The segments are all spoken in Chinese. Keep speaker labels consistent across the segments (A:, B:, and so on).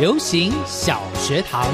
A: 流行小学堂，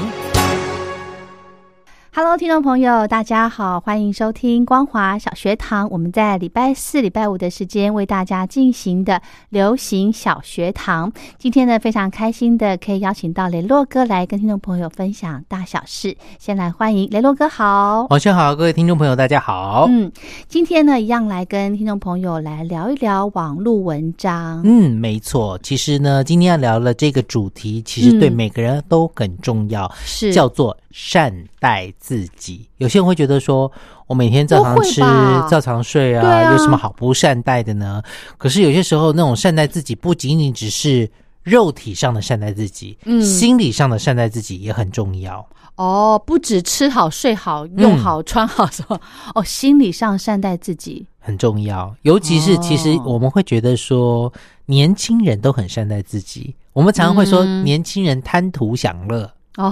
B: Hello，听众朋友，大家好，欢迎收听光华小学堂。我们在礼拜四、礼拜五的时间为大家进行的流行小学堂。今天呢，非常开心的可以邀请到雷洛哥来跟听众朋友分享大小事。先来欢迎雷洛哥，好。
A: 晚上好，各位听众朋友，大家好。
B: 嗯，今天呢，一样来跟听众朋友来聊一聊网络文章。
A: 嗯，没错。其实呢，今天要聊的这个主题，其实对
B: 嗯
A: 每个人都很重要，
B: 是
A: 叫做善待自己。有些人会觉得说，我每天照常
B: 不会
A: 吃
B: 吧、
A: 照常睡啊，
B: 对啊
A: 有什么好不善待的呢？可是有些时候，那种善待自己，不仅仅只是肉体上的善待自己，
B: 嗯
A: 心理上的善待自己也很重要。
B: 哦，不止吃好、睡好、用好、穿好什 么，哦，心理上善待自己。
A: 很重要，尤其是
B: 哦
A: 其实我们会觉得说，年轻人都很善待自己。我们常常会说，
B: 嗯
A: 年轻人贪图享乐，
B: 哦，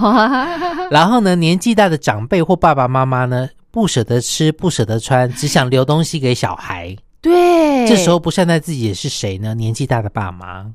A: 然后呢，年纪大的长辈或爸爸妈妈呢，不舍得吃，不舍得穿，只想留东西给小孩。
B: 对，
A: 这时候不善待自己的是谁呢？年纪大的爸妈。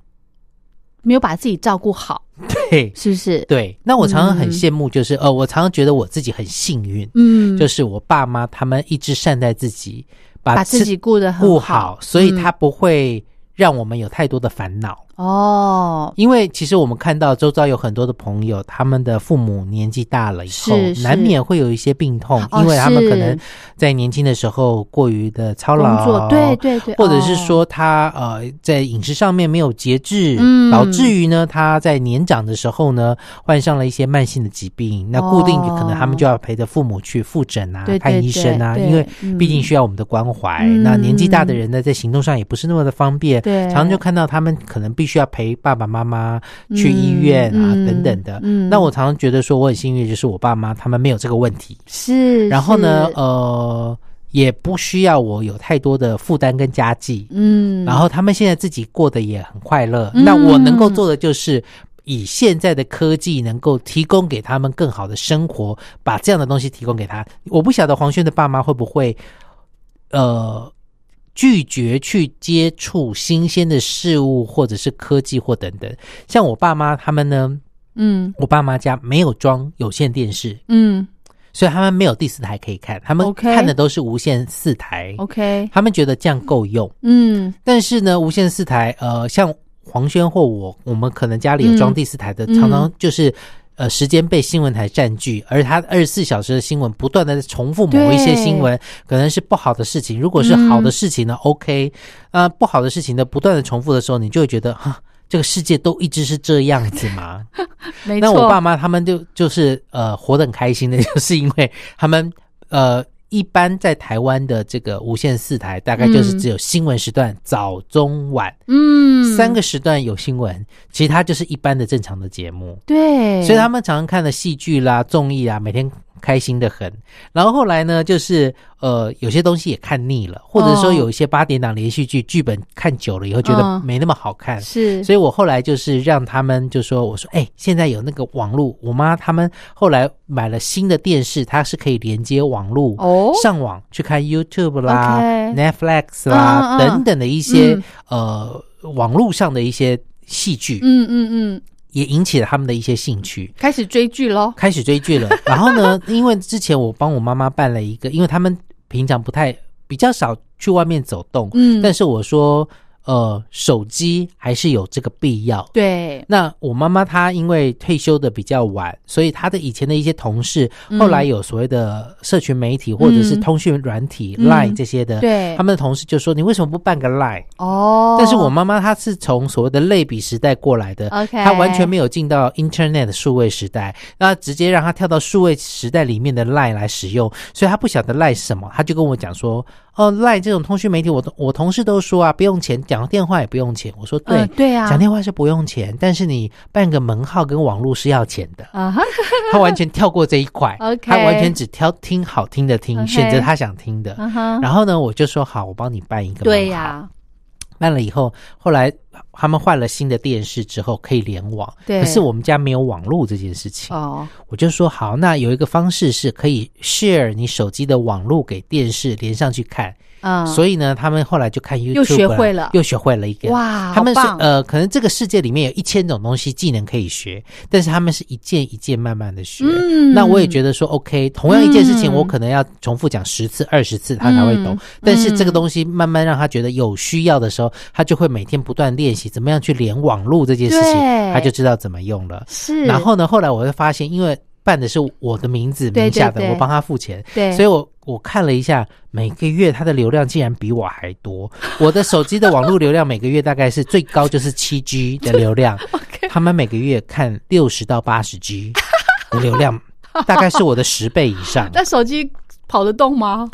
B: 没有把自己照顾好，
A: 对
B: 是不是？
A: 对，那我常常很
B: 嗯
A: 羡慕，就是、呃，我常常觉得我自己很幸运，
B: 嗯，
A: 就是是我爸妈他们一直善待自己，把
B: 把自
A: 吃
B: 己顾得很
A: 顾好，所以
B: 嗯
A: 他不会让我们有太多的烦恼。
B: 哦，
A: 因为其实我们看到周遭有很多的朋友，他们的父母年纪大了以后，
B: 是是
A: 难免会有一些病痛，
B: 哦
A: 因为他们可能
B: 是
A: 在年轻的时候过于的操
B: 工
A: 劳，
B: 作对对对，
A: 或者是
B: 哦，
A: 说他、呃在饮食上面没有节制，
B: 嗯
A: 导致于呢他在年长的时候呢患上了一些慢性的疾病，那固定
B: 哦
A: 可能他们就要陪着父母去复诊啊、
B: 对对
A: 看医生啊，
B: 哦对对
A: 因为
B: 嗯
A: 毕竟需要我们的关怀。
B: 嗯
A: 那年纪大的人呢，在行动上也不是那么的方便，
B: 对
A: 常常就看到他们可能必须要陪爸爸妈妈去医院啊、
B: 嗯嗯
A: 等等的。
B: 嗯
A: 那我常常觉得说我很幸运，就是我爸妈他们没有这个问题。
B: 是，
A: 然后呢
B: 是，
A: 呃，也不需要我有太多的负担跟家计。
B: 嗯，
A: 然后他们现在自己过得也很快乐，
B: 嗯
A: 那我能够做的就是。以现在的科技能够提供给他们更好的生活，把这样的东西提供给他。我不晓得黄轩的爸妈会不会，呃，拒绝去接触新鲜的事物，或者是科技或等等。像我爸妈他们呢，
B: 嗯
A: 我爸妈家没有装有线电视，
B: 嗯
A: 所以他们没有第四台可以看，他们
B: OK
A: 看的都是无线四台。
B: ，OK，
A: 他们觉得这样够用，
B: 嗯
A: 但是呢，无线四台，呃，像黄轩或我，我们可能家里有装第四台的，
B: 嗯
A: 常常就是。呃，时间被新闻台占据，而它二十四小时的新闻不断的重复某一些
B: 对嗯
A: 新闻，可能是不好的事情。如果是好的事情呢、o k 呃，不好的事情呢，不断的重复的时候，你就会觉得哈，这个世界都一直是这样子吗？
B: 没
A: 那
B: 错，
A: 我爸妈他们就就是呃活得很开心的，就是因为 他们呃一般在台湾的这个无线四台，大概就是
B: 嗯
A: 只有新闻时段、早、中、晚
B: 嗯
A: 三个时段有新闻，其他就是一般的正常的节目。
B: 对，
A: 所以他们常常看的戏剧啦、综艺啊，每天开心的很。然后后来呢，就是呃，有些东西也看腻了，或者说
B: 哦
A: 有一些八点档连续剧剧本看久了以后，觉得
B: 嗯
A: 没那么好看，
B: 是，
A: 所以我后来就是让他们就说，我说，哎、现在有那个网络，我妈他们后来买了新的电视，它是可以连接网络。
B: 哦，
A: 上网去看 YouTube 啦、
B: OK
A: Netflix 啦、
B: 嗯嗯嗯
A: 等等的一些、
B: 嗯
A: 呃网络上的一些戏剧，
B: 嗯嗯嗯，
A: 也引起了他们的一些兴趣。
B: 开始追剧喽，
A: 开始追剧了。然后呢，因为之前我帮我妈妈办了一个，因为他们平常不太比较少去外面走动，
B: 嗯
A: 但是我说。呃手机还是有这个必要。
B: 对，
A: 那我妈妈她因为退休的比较晚，所以她的以前的一些同事，
B: 嗯
A: 后来有所谓的社群媒体或者是通讯软体、
B: 嗯
A: Line 这些的，
B: 对
A: 他们的同事就说：“你为什么不办个 Line？”
B: 哦，
A: 但是我妈妈她是从所谓的类比时代过来的
B: OK
A: 她完全没有进到 Internet 数位时代，那直接让她跳到数位时代里面的 Line 来使用，所以她不晓得 Line 是什么，她就跟我讲说：“哦，Line 这种通讯媒体，我我同事都说啊，不用钱，讲电话也不用钱。”我说：“对，
B: 嗯对啊
A: 讲电话是不用钱，但是你办个门号跟网络是要钱 的。”
B: 啊哈，
A: 她完全跳过这一块
B: OK
A: 她完全只挑听好听的听
B: OK
A: 选择她想听的。
B: 啊哈，
A: 然后呢，我就说好，我帮你办一个门号。
B: 对呀，
A: 办了以后，后来他们换了新的电视之后可以联网，
B: 对
A: 可是我们家没有网络这件事情，
B: 哦，
A: 我就说好，那有一个方式是可以 share 你手机的网络给电视连上去看，
B: 嗯，
A: 所以呢，他们后来就看 YouTube，
B: 又学会了
A: 又学会了一个。
B: 哇，
A: 他们是
B: 啊好棒
A: 呃，可能这个世界里面有一千种东西技能可以学，但是他们是一件一件慢慢的学。
B: 嗯
A: 那我也觉得说，OK，同样一件事情，
B: 嗯
A: 我可能要重复讲十次、二十次，他才会懂。
B: 嗯
A: 但是这个东西慢慢让他觉得有需要的时候，他就会每天不断练习怎么样去连网络这件事情
B: 对，
A: 他就知道怎么用了。
B: 是，
A: 然后呢，后来我会发现，因为办的是我的名字
B: 对
A: 名下的，
B: 对对
A: 我帮他付钱，
B: 对，
A: 所以我我看了一下，每个月它的流量竟然比我还多。我的手机的网络流量每个月大概是最高就是七 G 的流量
B: OK
A: 他们每个月看六十到八十 G 的流 量，大概是我的十倍以上。
B: 那手机跑得动吗？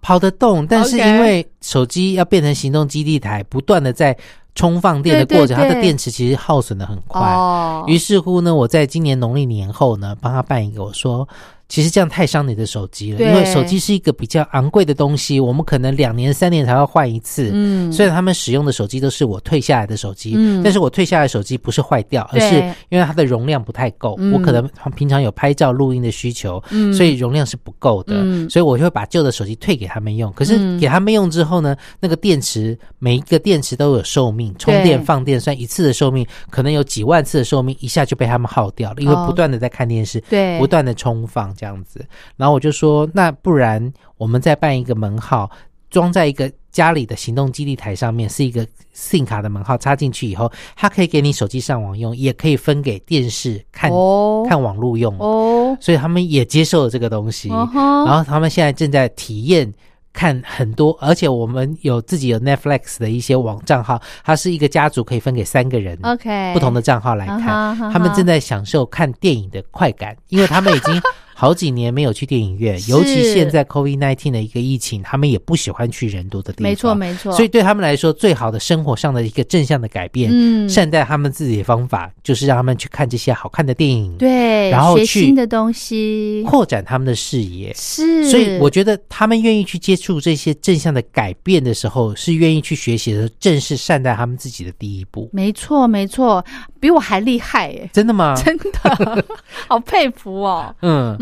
A: 跑得动，但是
B: OK
A: 因为手机要变成行动基地台，不断的在充放电的
B: 对对
A: 过程，它的
B: 对
A: 电池其实耗损的很快。
B: 哦，
A: 于是乎呢，我在今年农历年后呢，帮他办一个。我说，其实这样太伤你的手机了，
B: 对
A: 因为手机是一个比较昂贵的东西，我们可能两年、三年才要换一次。
B: 嗯，
A: 虽然他们使用的手机都是我退下来的手机，
B: 嗯
A: 但是我退下来的手机不是坏掉，而
B: 对
A: 是因为它的容量不太够。
B: 嗯
A: 我可能平常有拍照、录音的需求，
B: 嗯
A: 所以容量是不够的，
B: 嗯
A: 所以我就会把旧的手机退给他们用。可
B: 嗯
A: 是给他们用之后呢，那个电池每一个电池都有寿命，充电、放电算一次的寿命，可能有几万次的寿命，一下就被他们耗掉了，因
B: 哦
A: 为不断的在看电视，
B: 对
A: 不断的充放这样子。然后我就说，那不然我们再办一个门号，装在一个家里的行动基地台上面，是一个 SIM 卡的门号，插进去以后，它可以给你手机上网用，也可以分给电视看、
B: 哦
A: 看网络用。
B: 哦，
A: 所以他们也接受了这个东西，
B: 嗯哼
A: 然后他们现在正在体验。看很多，而且我们有自己有 Netflix 的一些网账号，它是一个家族可以分给三个人
B: OK
A: 嗯不同的账号来
B: 嗯
A: 看。
B: 哼嗯哼
A: 他们正在享受看电影的快感，因为他们已 经好几年没有去电影院，
B: 是
A: 尤其现在 COVID 1 9的一个疫情，他们也不喜欢去人多的地方。
B: 没错没错，
A: 所以对他们来说，最好的生活上的一个正向的改变，
B: 嗯
A: 善待他们自己的方法，就是让他们去看这些好看的电影，
B: 对，
A: 然后
B: 学
A: 去
B: 新的东西
A: 扩展他们的视野。
B: 是，
A: 所以我觉得他们愿意去接触这些正向的改变的时候，是愿意去学习的，正是善待他们自己的第一步。
B: 没错没错，比我还厉害耶，
A: 真的吗？
B: 真的， 好佩服哦。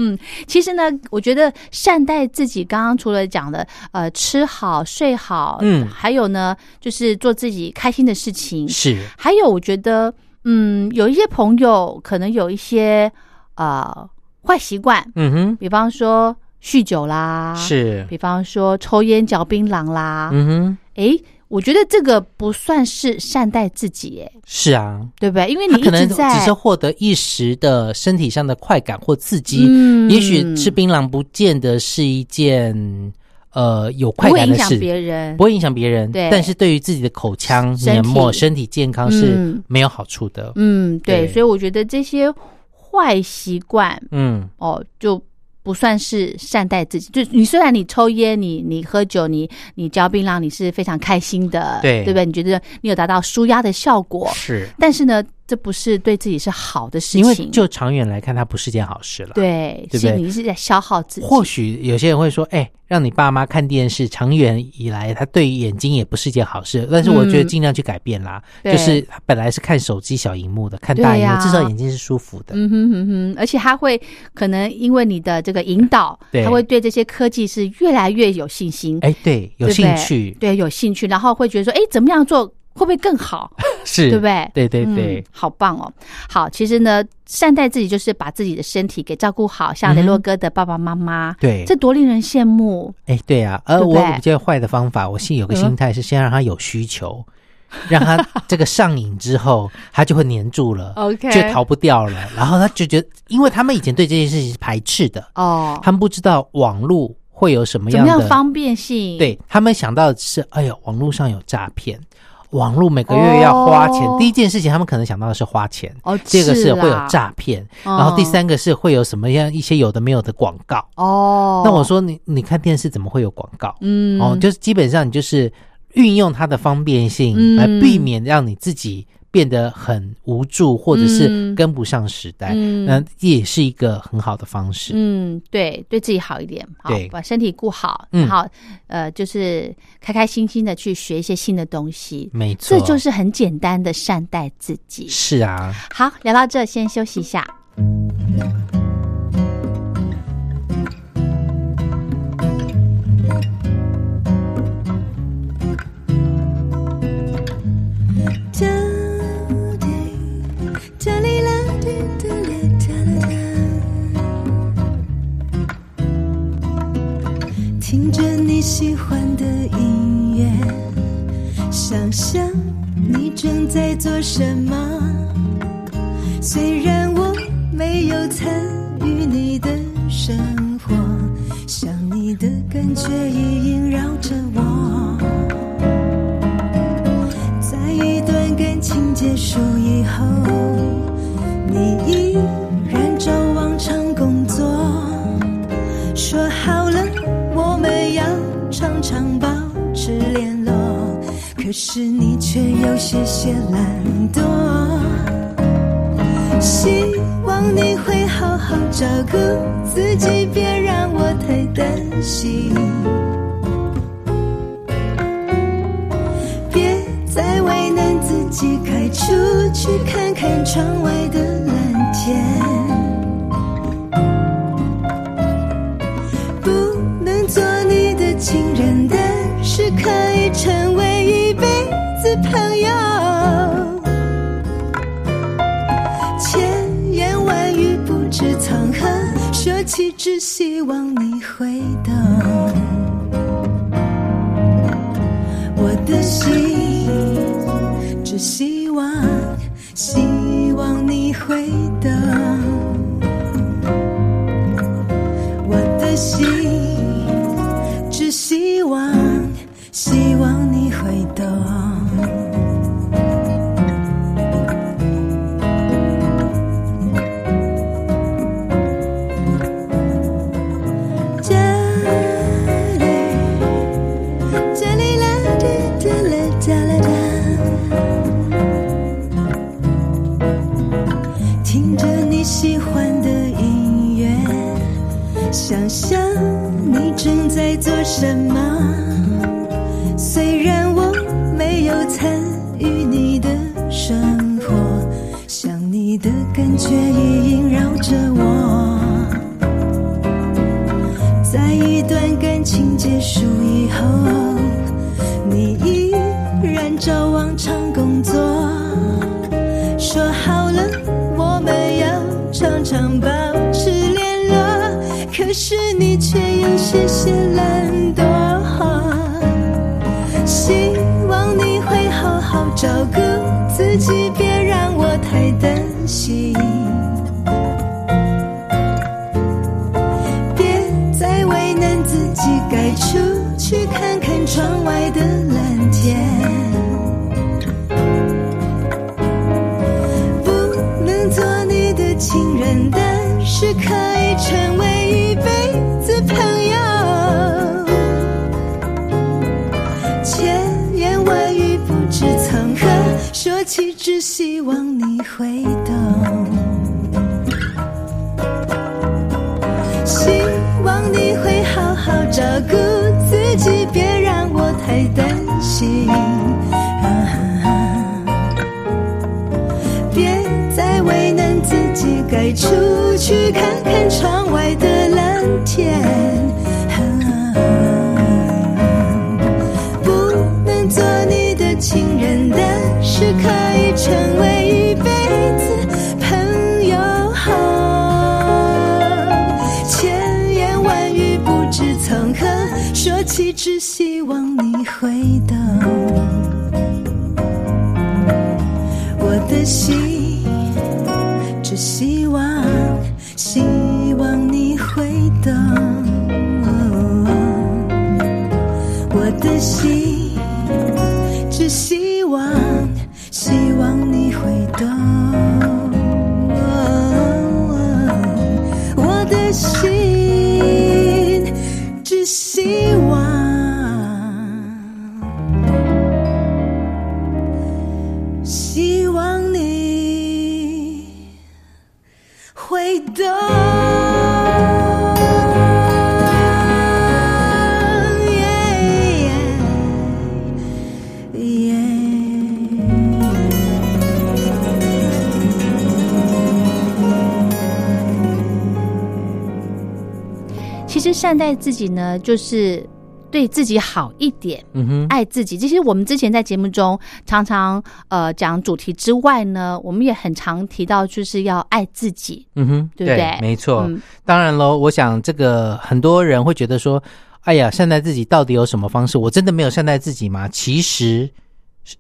A: 嗯，
B: 其实呢，我觉得善待自己，刚刚除了讲的呃吃好睡好，
A: 嗯
B: 还有呢就是做自己开心的事情，
A: 是，
B: 还有我觉得嗯有一些朋友可能有一些呃坏习惯，
A: 嗯哼，
B: 比方说酗酒啦，，
A: 是，
B: 啊比方说啊抽烟嚼槟榔啦，
A: 嗯哼，
B: 诶，我觉得这个不算是善待自己，诶，
A: 是啊，
B: 对不对？因为
A: 他
B: 你一
A: 可
B: 直
A: 能只
B: 在
A: 是获得一时的身体上的快感或刺激，
B: 嗯
A: 也许吃槟榔不见得是一件呃有快
B: 不会
A: 感
B: 影
A: 的
B: 响
A: 事，
B: 别人
A: 不，会影响别人，
B: 对
A: 但是对于自己的口腔、
B: 身体
A: 黏膜、身体健康是
B: 嗯
A: 没有好处的。
B: 嗯，对，
A: 对
B: 所以我觉得这些坏习惯
A: 嗯，
B: 哦，就不算是善待自己。就你虽然你抽烟，你你喝酒，你你嚼槟榔，你是非常开心的，
A: 对
B: 对不对？你觉得你有达到舒压的效果，
A: 是
B: 但是呢，这不是对自己是好的事
A: 因为
B: 情，
A: 就长远来看，它不是件好事了。，
B: 对，
A: 对不
B: 是
A: 对
B: 你是在消耗自己，
A: 或许有些人会说，哎、让你爸妈看电视，长远以来，他对眼睛也不是件好事。但是我觉得
B: 嗯
A: 尽量去改变啦，
B: 对
A: 就是他本来是看手机小荧幕的，看大
B: 对
A: 荧幕，
B: 呀
A: 至少眼睛是舒服的。
B: 嗯哼哼哼，而且他会可能因为你的这个引导，
A: 对
B: 他会对这些科技是越来越有信心，
A: 哎，对，有
B: 对不
A: 兴
B: 对
A: 趣，
B: 对，有兴趣，然后会觉得说，哎，怎么样做会不会更好？
A: 是，
B: 对不对？
A: 对对对
B: 嗯，好棒哦！好，其实呢，善待自己就是把自己的身体给照顾好，像
A: 嗯哼
B: 雷洛哥的爸爸妈妈，
A: 对
B: 这多令人羡慕！
A: 哎，对啊，而
B: 对不嗯
A: 我
B: 对
A: 比较坏的方法，我信有个心态是先让他有需求，让他这个上瘾之后，他就会黏住了
B: OK
A: 就逃不掉了。然后他就觉得，因为他们以前对这件事情是排斥的，
B: 哦，
A: 他们不知道网络会有什么
B: 怎
A: 样
B: 么
A: 的
B: 样方便性？，
A: 对他们想到的是，哎呀，网络上有诈骗，网络每个月要花钱。
B: 哦
A: 第一件事情，他们可能想到的是花钱，
B: 哦，
A: 第二个是
B: 啦
A: 会有，诈骗，
B: 嗯
A: 然后第三个是会有什么样一些有的没有的广告。
B: 哦，
A: 那我，说你你看电视怎么会有广告？
B: 嗯，
A: 哦，就是基本上你就是运用它的方便性
B: 嗯
A: 来避免让你自己变得很无助，或者是
B: 嗯
A: 跟不上时代。
B: 嗯
A: 那也是一个很好的方式。
B: 嗯，对，对自己好一点，好
A: 对，
B: 把身体顾好，
A: 嗯
B: 然后呃，就是开开心心的去学一些新的东西，
A: 没错，
B: 这就是很简单的善待自己。
A: 是啊。
B: 好，聊到这，先休息一下。
C: 哒滴哒哩啦滴哒哩哒啦哒，听着你喜欢的音乐，想象你正在做什么。虽然我没有参与你的生活，想你的感觉已萦绕着我。在一段感情结束以后，你依然照往常工作。说好了，我们要常常保持联络，可是你却有些些懒惰。希望你会好好照顾自己，别让我太担心。别再为难自己，该出去看看窗外的蓝天。不能做你的情人，但是可以成为一辈子朋友。千言万语不知从何说起，只希望你会懂。我的心，只希望，希望你会懂。我的心，只希望，希望你会懂。这里。哒哩啦滴哒啦哒啦哒，听着你喜欢的音乐，想象你正在做什么。虽然我没有参与你的生活，想你的感觉已萦绕着我。在一段感情结束以后，你依然照往常工作。说好了，我们要常常保持联络，可是你却有些些懒惰。希望你会好好照顾自己，别让我太担心。别再为难自己，该出去看看窗外的蓝天。不能做你的情人，但是可以成为一辈子朋友。千言万语不知从何说起，只希望你会懂。希望你会好好照顾自己，别让我太担心。啊哈哈别再为难自己，该出去看看窗外的蓝天。啊不能做你的情人，但是可以成为一辈子朋友。千言万语不知从何说起，只希望你会懂。可惜，只希望，希望你会懂我的心，只希望，希望你会懂我的心，只希望。希望你会懂。Yeah, yeah, yeah.
B: 其实善待自己呢，就是对自己好一点，
A: 嗯哼，
B: 爱自己。这些我们之前在节目中常常呃讲主题之外呢，我们也很常提到，就是要爱自己。
A: 嗯哼，
B: 对不对
A: 没错。
B: 嗯
A: 当然喽，我想这个很多人会觉得说，哎呀，善待自己到底有什么方式？我真的没有善待自己吗？其实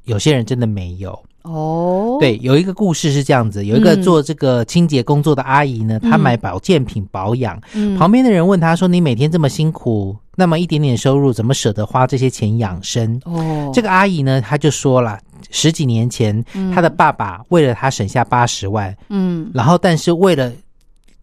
A: 有些人真的没有。
B: 哦，
A: 对，有一个故事是这样子，有一个
B: 嗯
A: 做这个清洁工作的阿姨呢，她
B: 嗯
A: 买保健品保养，
B: 嗯，
A: 旁边的人问她说：“你每天这么辛苦，那么一点点收入，怎么舍得花这些钱养生？”
B: 哦，
A: 这个阿姨呢，她就说了，十几年前，她的爸爸为了她省下八十万，
B: 嗯
A: 然后但是为了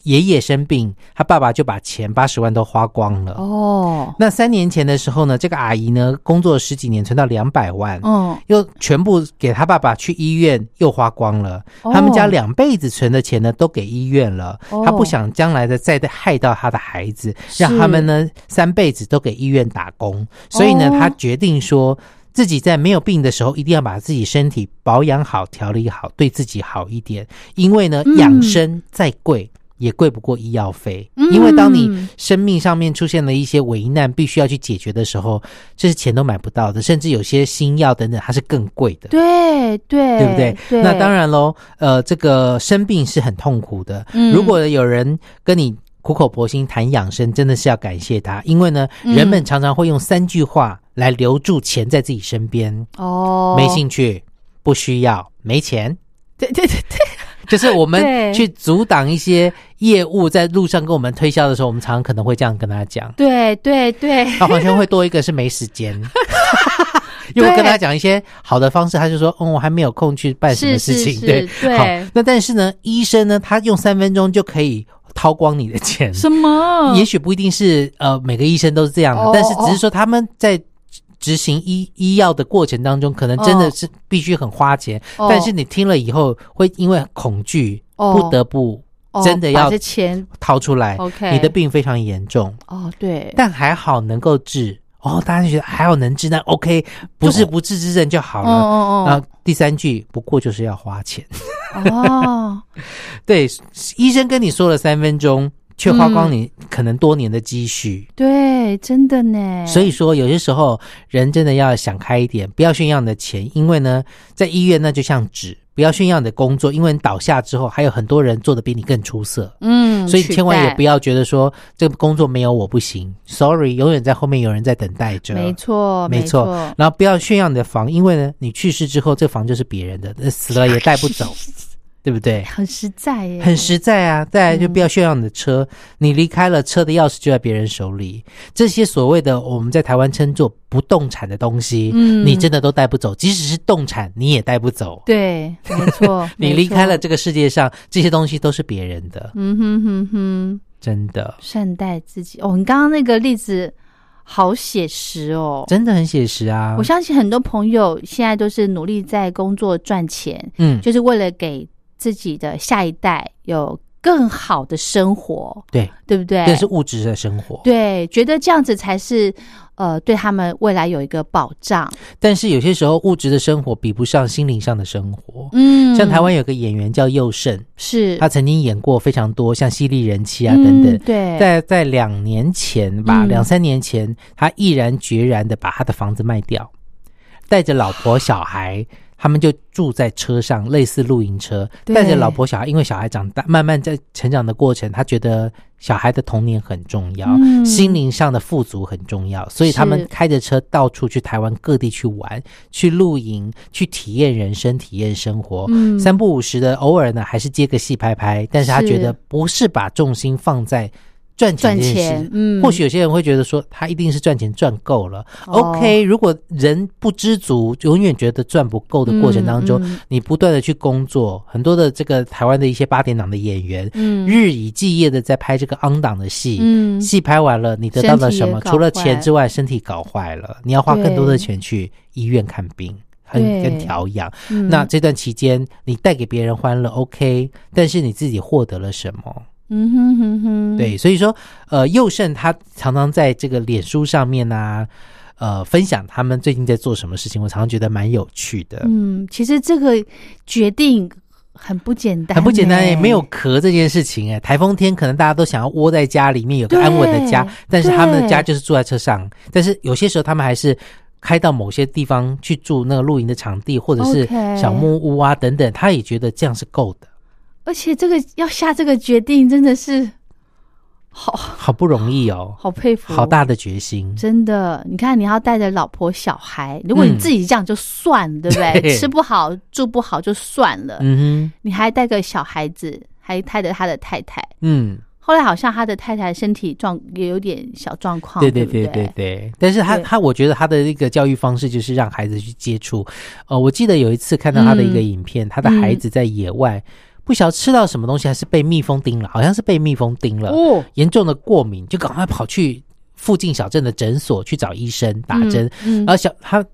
A: 爷爷生病，她爸爸就把钱八十万都花光了。
B: 哦，
A: 那三年前的时候呢，这个阿姨呢，工作了十几年，存到两百万，
B: 嗯，
A: 又全部给他爸爸去医院，又花光了。
B: 哦
A: 他们家两辈子存的钱呢，都给医院了。
B: 哦
A: 他不想将来的再害到他的孩子，
B: 是
A: 让他们呢三辈子都给医院打工。所以呢，
B: 哦
A: 他决定说。自己在没有病的时候，一定要把自己身体保养好、调理好，对自己好一点。因为呢，
B: 嗯
A: 养生再贵、也贵不过医药费。
B: 嗯
A: 因为当你生命上面出现了一些危难，必须要去解决的时候，这是钱都买不到的，甚至有些新药等等，它是更贵的。
B: 对对，
A: 对不对？那当，然喽，呃，这个生病是很痛苦的。
B: 嗯
A: 如果有人跟你苦口婆心谈养生，真的是要感谢他，因为呢，
B: 嗯
A: 人们常常会用三句话来留住钱在自己身边：
B: 哦，
A: 没兴趣、不需要、没钱。对对对对。就是我
B: 对
A: 们去阻挡一些业务在路上跟我们推销的时候，我们常常可能会这样跟他讲。
B: 对对对，
A: 他好像会多一个是没时 间。因为我跟他讲一些好的方式，他就说：“嗯，我还没有空去办什么事情。
B: 是是
A: 对
B: 对
A: 好。那但是呢，医生呢，他用三分钟就可以掏光你的钱。
B: 什么？
A: 也许不一定是呃每个医生都是这样的，
B: 哦
A: 但是只是说他们在执执行医医药的过程当中，可能真的是必须很花钱。
B: 哦
A: 但是你听了以后，会因为恐惧，
B: 哦
A: 不得不
B: 哦
A: 真的
B: 把
A: 要
B: 这钱
A: 掏出来。
B: OK
A: 你的病非常严重。
B: 哦，对，
A: 但还好能够治哦，大家就觉得还好能治，那 OK，不是不治之症就好
B: 哦
A: 了。然
B: 哦
A: 后第三句，不过就是要花钱。 啊
B: 哦哦，
A: 对，医生跟你说了三分钟，却花光你
B: 嗯
A: 可能多年的积蓄。
B: 对，真的呢，
A: 所以说，有些时候人真的要想开一点，不要炫耀你的钱，因为呢，在医院那就像纸；不要炫耀你的工作，因为你倒下之后，还有很多人做的比你更出色。
B: 嗯，
A: 所以千万也不
B: 要。
A: 要觉得说这个工作没有我不行，sorry，永远在后面有人在等待着。
B: 没错，
A: 没错
B: 错，
A: 然后不要炫耀你的房，因为呢，你去世之后，这房就是别人的，呃死了也带不 走，对不对？
B: 很实在耶，
A: 很实在啊。再来就不要炫耀你的车，
B: 嗯
A: 你离开了，车的钥匙就在别人手里。这些所谓的我们在台湾称作不动产的东西，
B: 嗯
A: 你真的都带不走，即使是动产，你也带不走。，
B: 对，没错
A: 你
B: 没
A: 离开了
B: 错，
A: 这个世界上，这些东西都是别人的，
B: 嗯哼哼哼，
A: 真的，
B: 善待自己。哦，你刚刚那个例子好写实哦，
A: 真的很写实啊
B: 我。相信很多朋友现在都是努力在工作赚钱，
A: 嗯，
B: 就是为了给自己的下一代有更好的生活，
A: 对，
B: 对不对？
A: 这是物质的生活。
B: 哎对，觉得这样子才是呃，对他们未来有一个保障。
A: 但是有些时候，物质的生活比不上心灵上的生活。
B: 嗯，
A: 像台湾有个演员叫佑胜，
B: 是
A: 他曾经演过非常多像《犀利人妻》啊等等。
B: 嗯对，
A: 在在两年前吧，
B: 嗯
A: 两三年前，他毅然决然的把他的房子卖掉，带着老婆小孩，他们就住在车上，类似露营车，
D: 对
A: 带着老婆小孩，因为小孩长大，慢慢在成长的过程，他觉得小孩的童年很重要，
B: 嗯
A: 心灵上的富足很重要，所以他们
B: 是
A: 开着车到处去台湾各地去玩，去露营，去体验人生，体验生活。
B: 嗯
A: 三不五时的，偶尔呢还是接个戏拍拍，但是他
B: 是
A: 觉得不是把重心放在赚钱
B: 赚
A: 这件
B: 钱
A: 事，，
B: 嗯，
A: 或许有些人会觉得说，他一定是赚钱赚够了。
B: 哦
A: OK，如果人不知足，永远觉得赚不够的过程当中，
B: 嗯嗯
A: 你不断的去工作，很多的这个台湾的一些八点档的演员，
B: 嗯
A: 日以继夜的在拍这个 on 档的戏。
B: 嗯
A: 戏拍完了，你得到了什么
B: 身？体也搞
A: 除了钱之外，身体搞坏了，你要花更多的钱去医院看病，很
B: 对
A: 跟调养。
B: 嗯
A: 那这段期间，你带给别人欢乐，OK，但是你自己获得了什么？
B: 嗯哼哼哼，
A: 对，所以说，呃，佑胜他常常在这个脸书上面呢、呃，分享他们最近在做什么事情，我常常觉得蛮有趣的，
B: 嗯，其实这个决定很不简单，欸
A: 很不简单诶、没有壳这件事情诶、哎台风天可能大家都想要窝在家里面有个安稳的家
B: 对，
A: 但是他们的
B: 对
A: 家就是住在车上，但是有些时候他们还是。开到某些地方去住那个露营的场地，或者是
B: OK
A: 小木屋啊等等，他也觉得这样是够的，
B: 而且这个要下这个决定真的是好
A: 好不容易哦，
B: 好佩服，
A: 好大的决心。
B: 真的，你看你要带着老婆小孩，如果你
A: 嗯
B: 自己这样就算，对不 对？
A: 对
B: 吃不好住不好就算了，
A: 嗯
B: 你还带个小孩子，还带着他的太太。
A: 哼，嗯。
B: 后来好像他的太太身体状也有点小状况，
A: 对
B: 对
A: 对
B: 不
A: 对对，但是他
B: 对
A: 他，我觉得他的一个教育方式就是让孩子去接触。呃，我记得有一次看到他的一个
B: 嗯
A: 影片，他的孩子在野外，不晓得吃到什么东西，还是被蜜蜂叮了，好像是被蜜蜂叮了，
B: 哦，
A: 严重的过敏，就赶快跑去附近小镇的诊所去找医生打针。
B: 嗯
A: 然后小他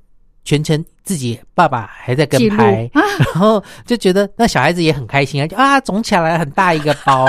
A: 全程自己爸爸还在跟
B: 记录啊
A: 拍，然后就觉得那小孩子也很开心啊，就啊肿起来很大一个 包。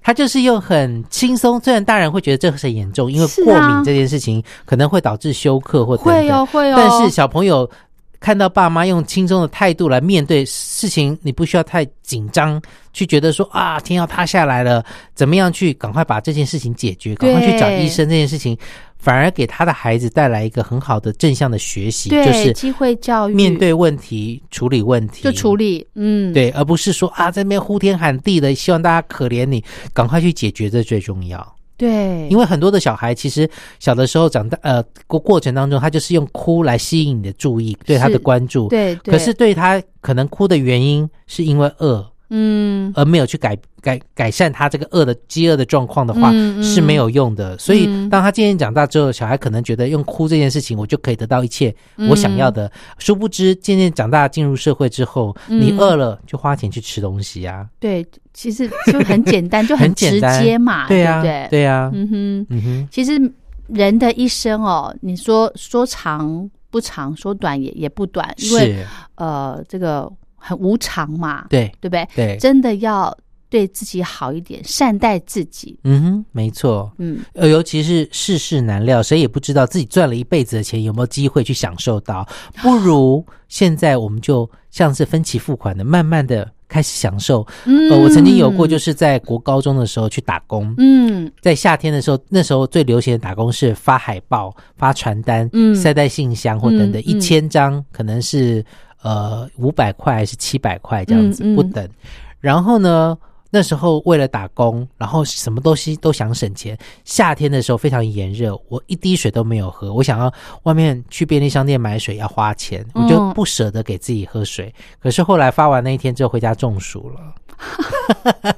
A: 他就是用很轻松，虽然大人会觉得这很严重，因为
B: 是啊
A: 过敏这件事情可能会导致休克或等等
B: 会哦会哦，
A: 但是小朋友看到爸妈用轻松的态度来面对事情，你不需要太紧张，去觉得说啊天要塌下来了，怎么样去赶快把这件事情解决，赶快去找医生这件事情，反而给他的孩子带来一个很好的正向的学习，
B: 对、
A: 就是
B: 机会教育
A: 面对问题、处理问题
B: 就处。理，嗯，
A: 对，而不是说啊，在那边呼天喊地的，希望大家可怜你，赶快去解决，这最重要。
B: 对，
A: 因
B: 为
A: 为很多的小孩其实小的时候长大，呃，过过程当中，他就是用哭来吸引你的注意，对他的关注。。
B: 对对，
A: 可是对他可能哭的原因是因为饿，
B: 嗯，
A: 而没有去改改改善他这个饿的饥饿的状况的话、
B: 嗯嗯
A: 是没有用的。所以
B: 嗯
A: 当他渐渐长大之后，小孩可能觉得用哭这件事情，我就可以得到一切我想要
B: 嗯
A: 的。殊不知，渐渐长大进入社会之后，你
B: 嗯
A: 饿了就花钱去吃东西啊，
B: 对，其实就很简单，就
A: 很
B: 直
A: 简单
B: 接嘛，
A: 对
B: 不
A: 啊，
B: 对？
A: 对啊，
B: 嗯哼，
A: 嗯哼，
B: 其实人的一生哦，你说说长不长，说短也也不短，因为
A: 是，
B: 呃，这个很无常嘛，
A: 对
B: 对不对？
A: 对，
B: 真的要对自己好一点，善待自己。
A: 嗯哼，没错。
B: 嗯，
A: 呃，尤其是世事难料，谁也不知道自己赚了一辈子的钱有没有机会去享受到，不如现在我们就像是分期付款的，慢慢的开始享受。
B: 嗯
A: 呃，我曾经有过，就是在国高中的时候去打工，
B: 嗯
A: 在夏天的时候，那时候最流行的打工是发海报、发传单、
B: 嗯
A: 塞在信箱或等等，
B: 嗯
A: 一千张可能是呃五百块还是七百块这样子、
B: 嗯嗯
A: 不等。然后呢，那时候为了打工，然后什么东西都想省钱。夏天的时候非常炎热，我一滴水都没有喝，我想要外面去便利商店买水要花钱，
B: 嗯
A: 我就不舍得给自己喝水。可是后来发完那一天之后回家中暑了。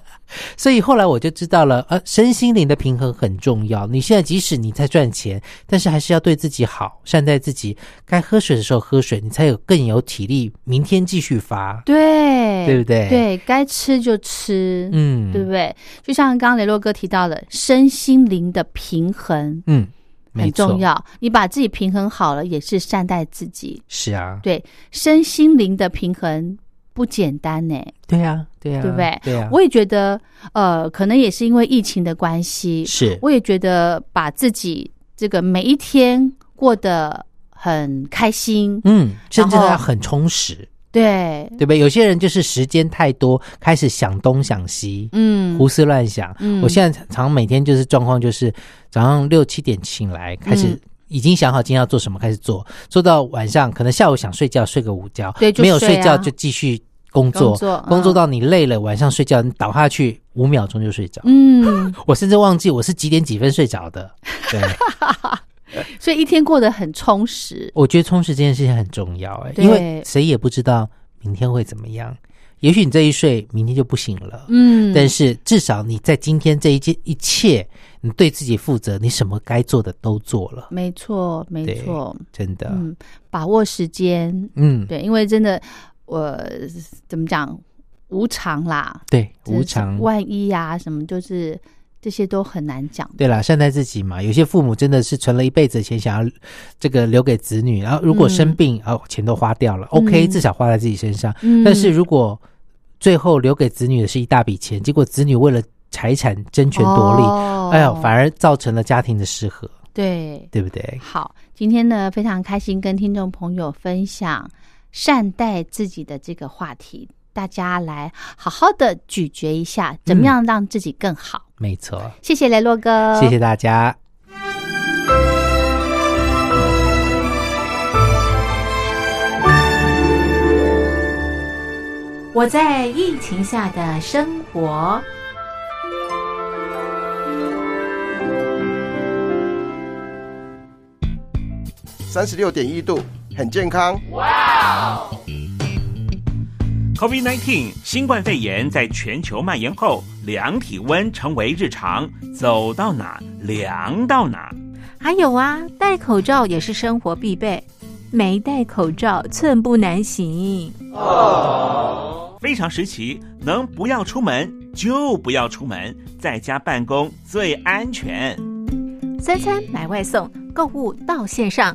A: 所以后来我就知道了，呃，身心灵的平衡很重要。你现在即使你在赚钱，但是还是要对自己好，善待自己。该喝水的时候喝水，你才有更有体力，明天继续发，
B: 对，
A: 对不对？，
B: 对该吃就吃，
A: 嗯，
B: 对不对？就像刚刚雷洛哥提到了，身心灵的平衡
A: 嗯，没
B: 很
A: 错
B: 重。要。你把自己平衡好了，也是善待自己。
A: 是啊，
B: 对，身心灵的平衡不简单呢、
A: 对啊，对啊，
B: 对不对
A: 对啊，
B: 我也觉得，呃，可能也是因为疫情的关系，
A: 是
B: 我也觉得把自己这个每一天过得很开心，
A: 嗯，甚至
B: 然后
A: 他很充实，
B: 对，
A: 对不对？有些人就是时间太多，开始想东想西，
B: 嗯，
A: 胡思乱想。
B: 嗯嗯
A: 我现在常每天就是状况就是早上六七点醒来，开始已经想好今天要做什么，开始做，做到晚上，可能下午想睡觉，睡个午觉，
B: 对就
A: 没有
B: 睡
A: 睡觉
B: 啊
A: 就继续工作，
B: 工作嗯
A: 到你累了，晚上睡觉，你倒下去五秒钟就睡着。
B: 嗯，
A: 我甚至忘记我是几点几分睡着的。 对，
B: 所以一天过得很充实。
A: 我觉得充实这件事情很重要、哎，
B: 对
A: 因为谁也不知道明天会怎么样，也许你这一睡，明天就不行了。
B: 嗯，
A: 但是至少你在今天这一件一切，你对自己负责，你什么该做的都做了，
B: 没错，没
A: 对啊
B: 错，
A: 真的。
B: 嗯，把握时间，
A: 嗯，
B: 对，因为真的，我怎么讲，无常啦，
A: 对，
B: 真的
A: 无
B: 是
A: 常。
B: 万一啊，什么就是这些都很难讲。
A: 对啦，善待自己嘛。有些父母真的是存了一辈子的钱，想要这个留给子女，然后如果生病，哦，钱都花掉了，OK，
B: 嗯
A: 至少花在自己身上。
B: 嗯
A: 但是如果最后留给子女的是一大笔钱，结果子女为了财产争权夺利，
B: 哦、
A: 哎呦，反而造成了家庭的失和，
B: 对
A: 对不对？
B: 好，今天呢非常开心跟听众朋友分享善待自己的这个话题，大家来好好的咀嚼一下，怎么样让自己更好。
A: 没错，
B: 谢谢雷洛哥，
A: 谢谢大家。
E: 我在疫情下的生活。
D: 三十六点一度，很健康。
F: COVID-19 新冠肺炎在全球蔓延后，量体温成为日常，走到哪量到哪。
E: 还有啊，戴口罩也是生活必备，没戴口罩寸步难行。
F: 非常时期，能不要出门就不要出门，在家办公最安全。
E: 三餐买外送，购物到线上，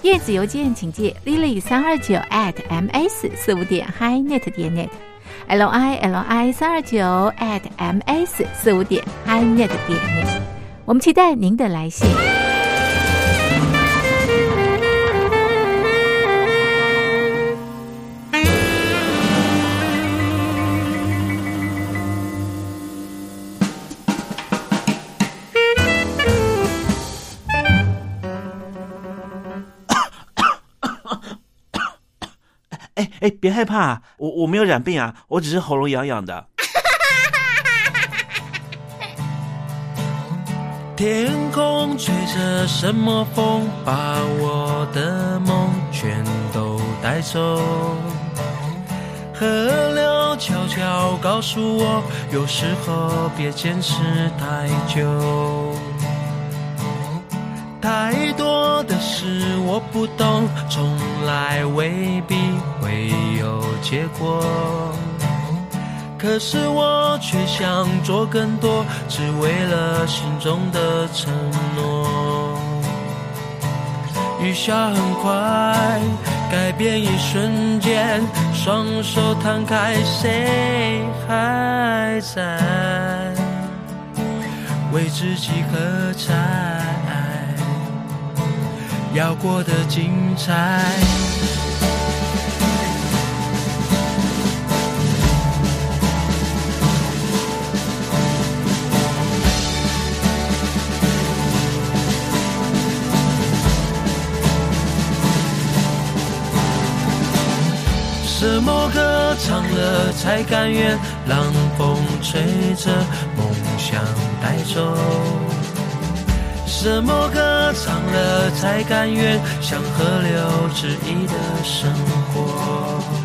E: 电子邮件请寄 lily 三二九 at ms 四五点 highnet 点 net。l i l i 三二九 at m s 四五点 highnet 点 net，我们期待您的来信。
F: 哎哎，别害怕，我我没有染病啊，我只是喉咙痒痒的。
C: 天空吹着什么风，把我的梦全都带走。河流悄悄告诉我，有时候别坚持太久。太多的事我不懂，从来未必会有结果。可是我却想做更多，只为了心中的承诺。雨下很快，改变一瞬间，双手摊开，谁还在为自己喝彩？要过得精彩。是某个唱了才甘愿让风吹着梦想带走。是某个唱了才甘愿像河流之一的生活。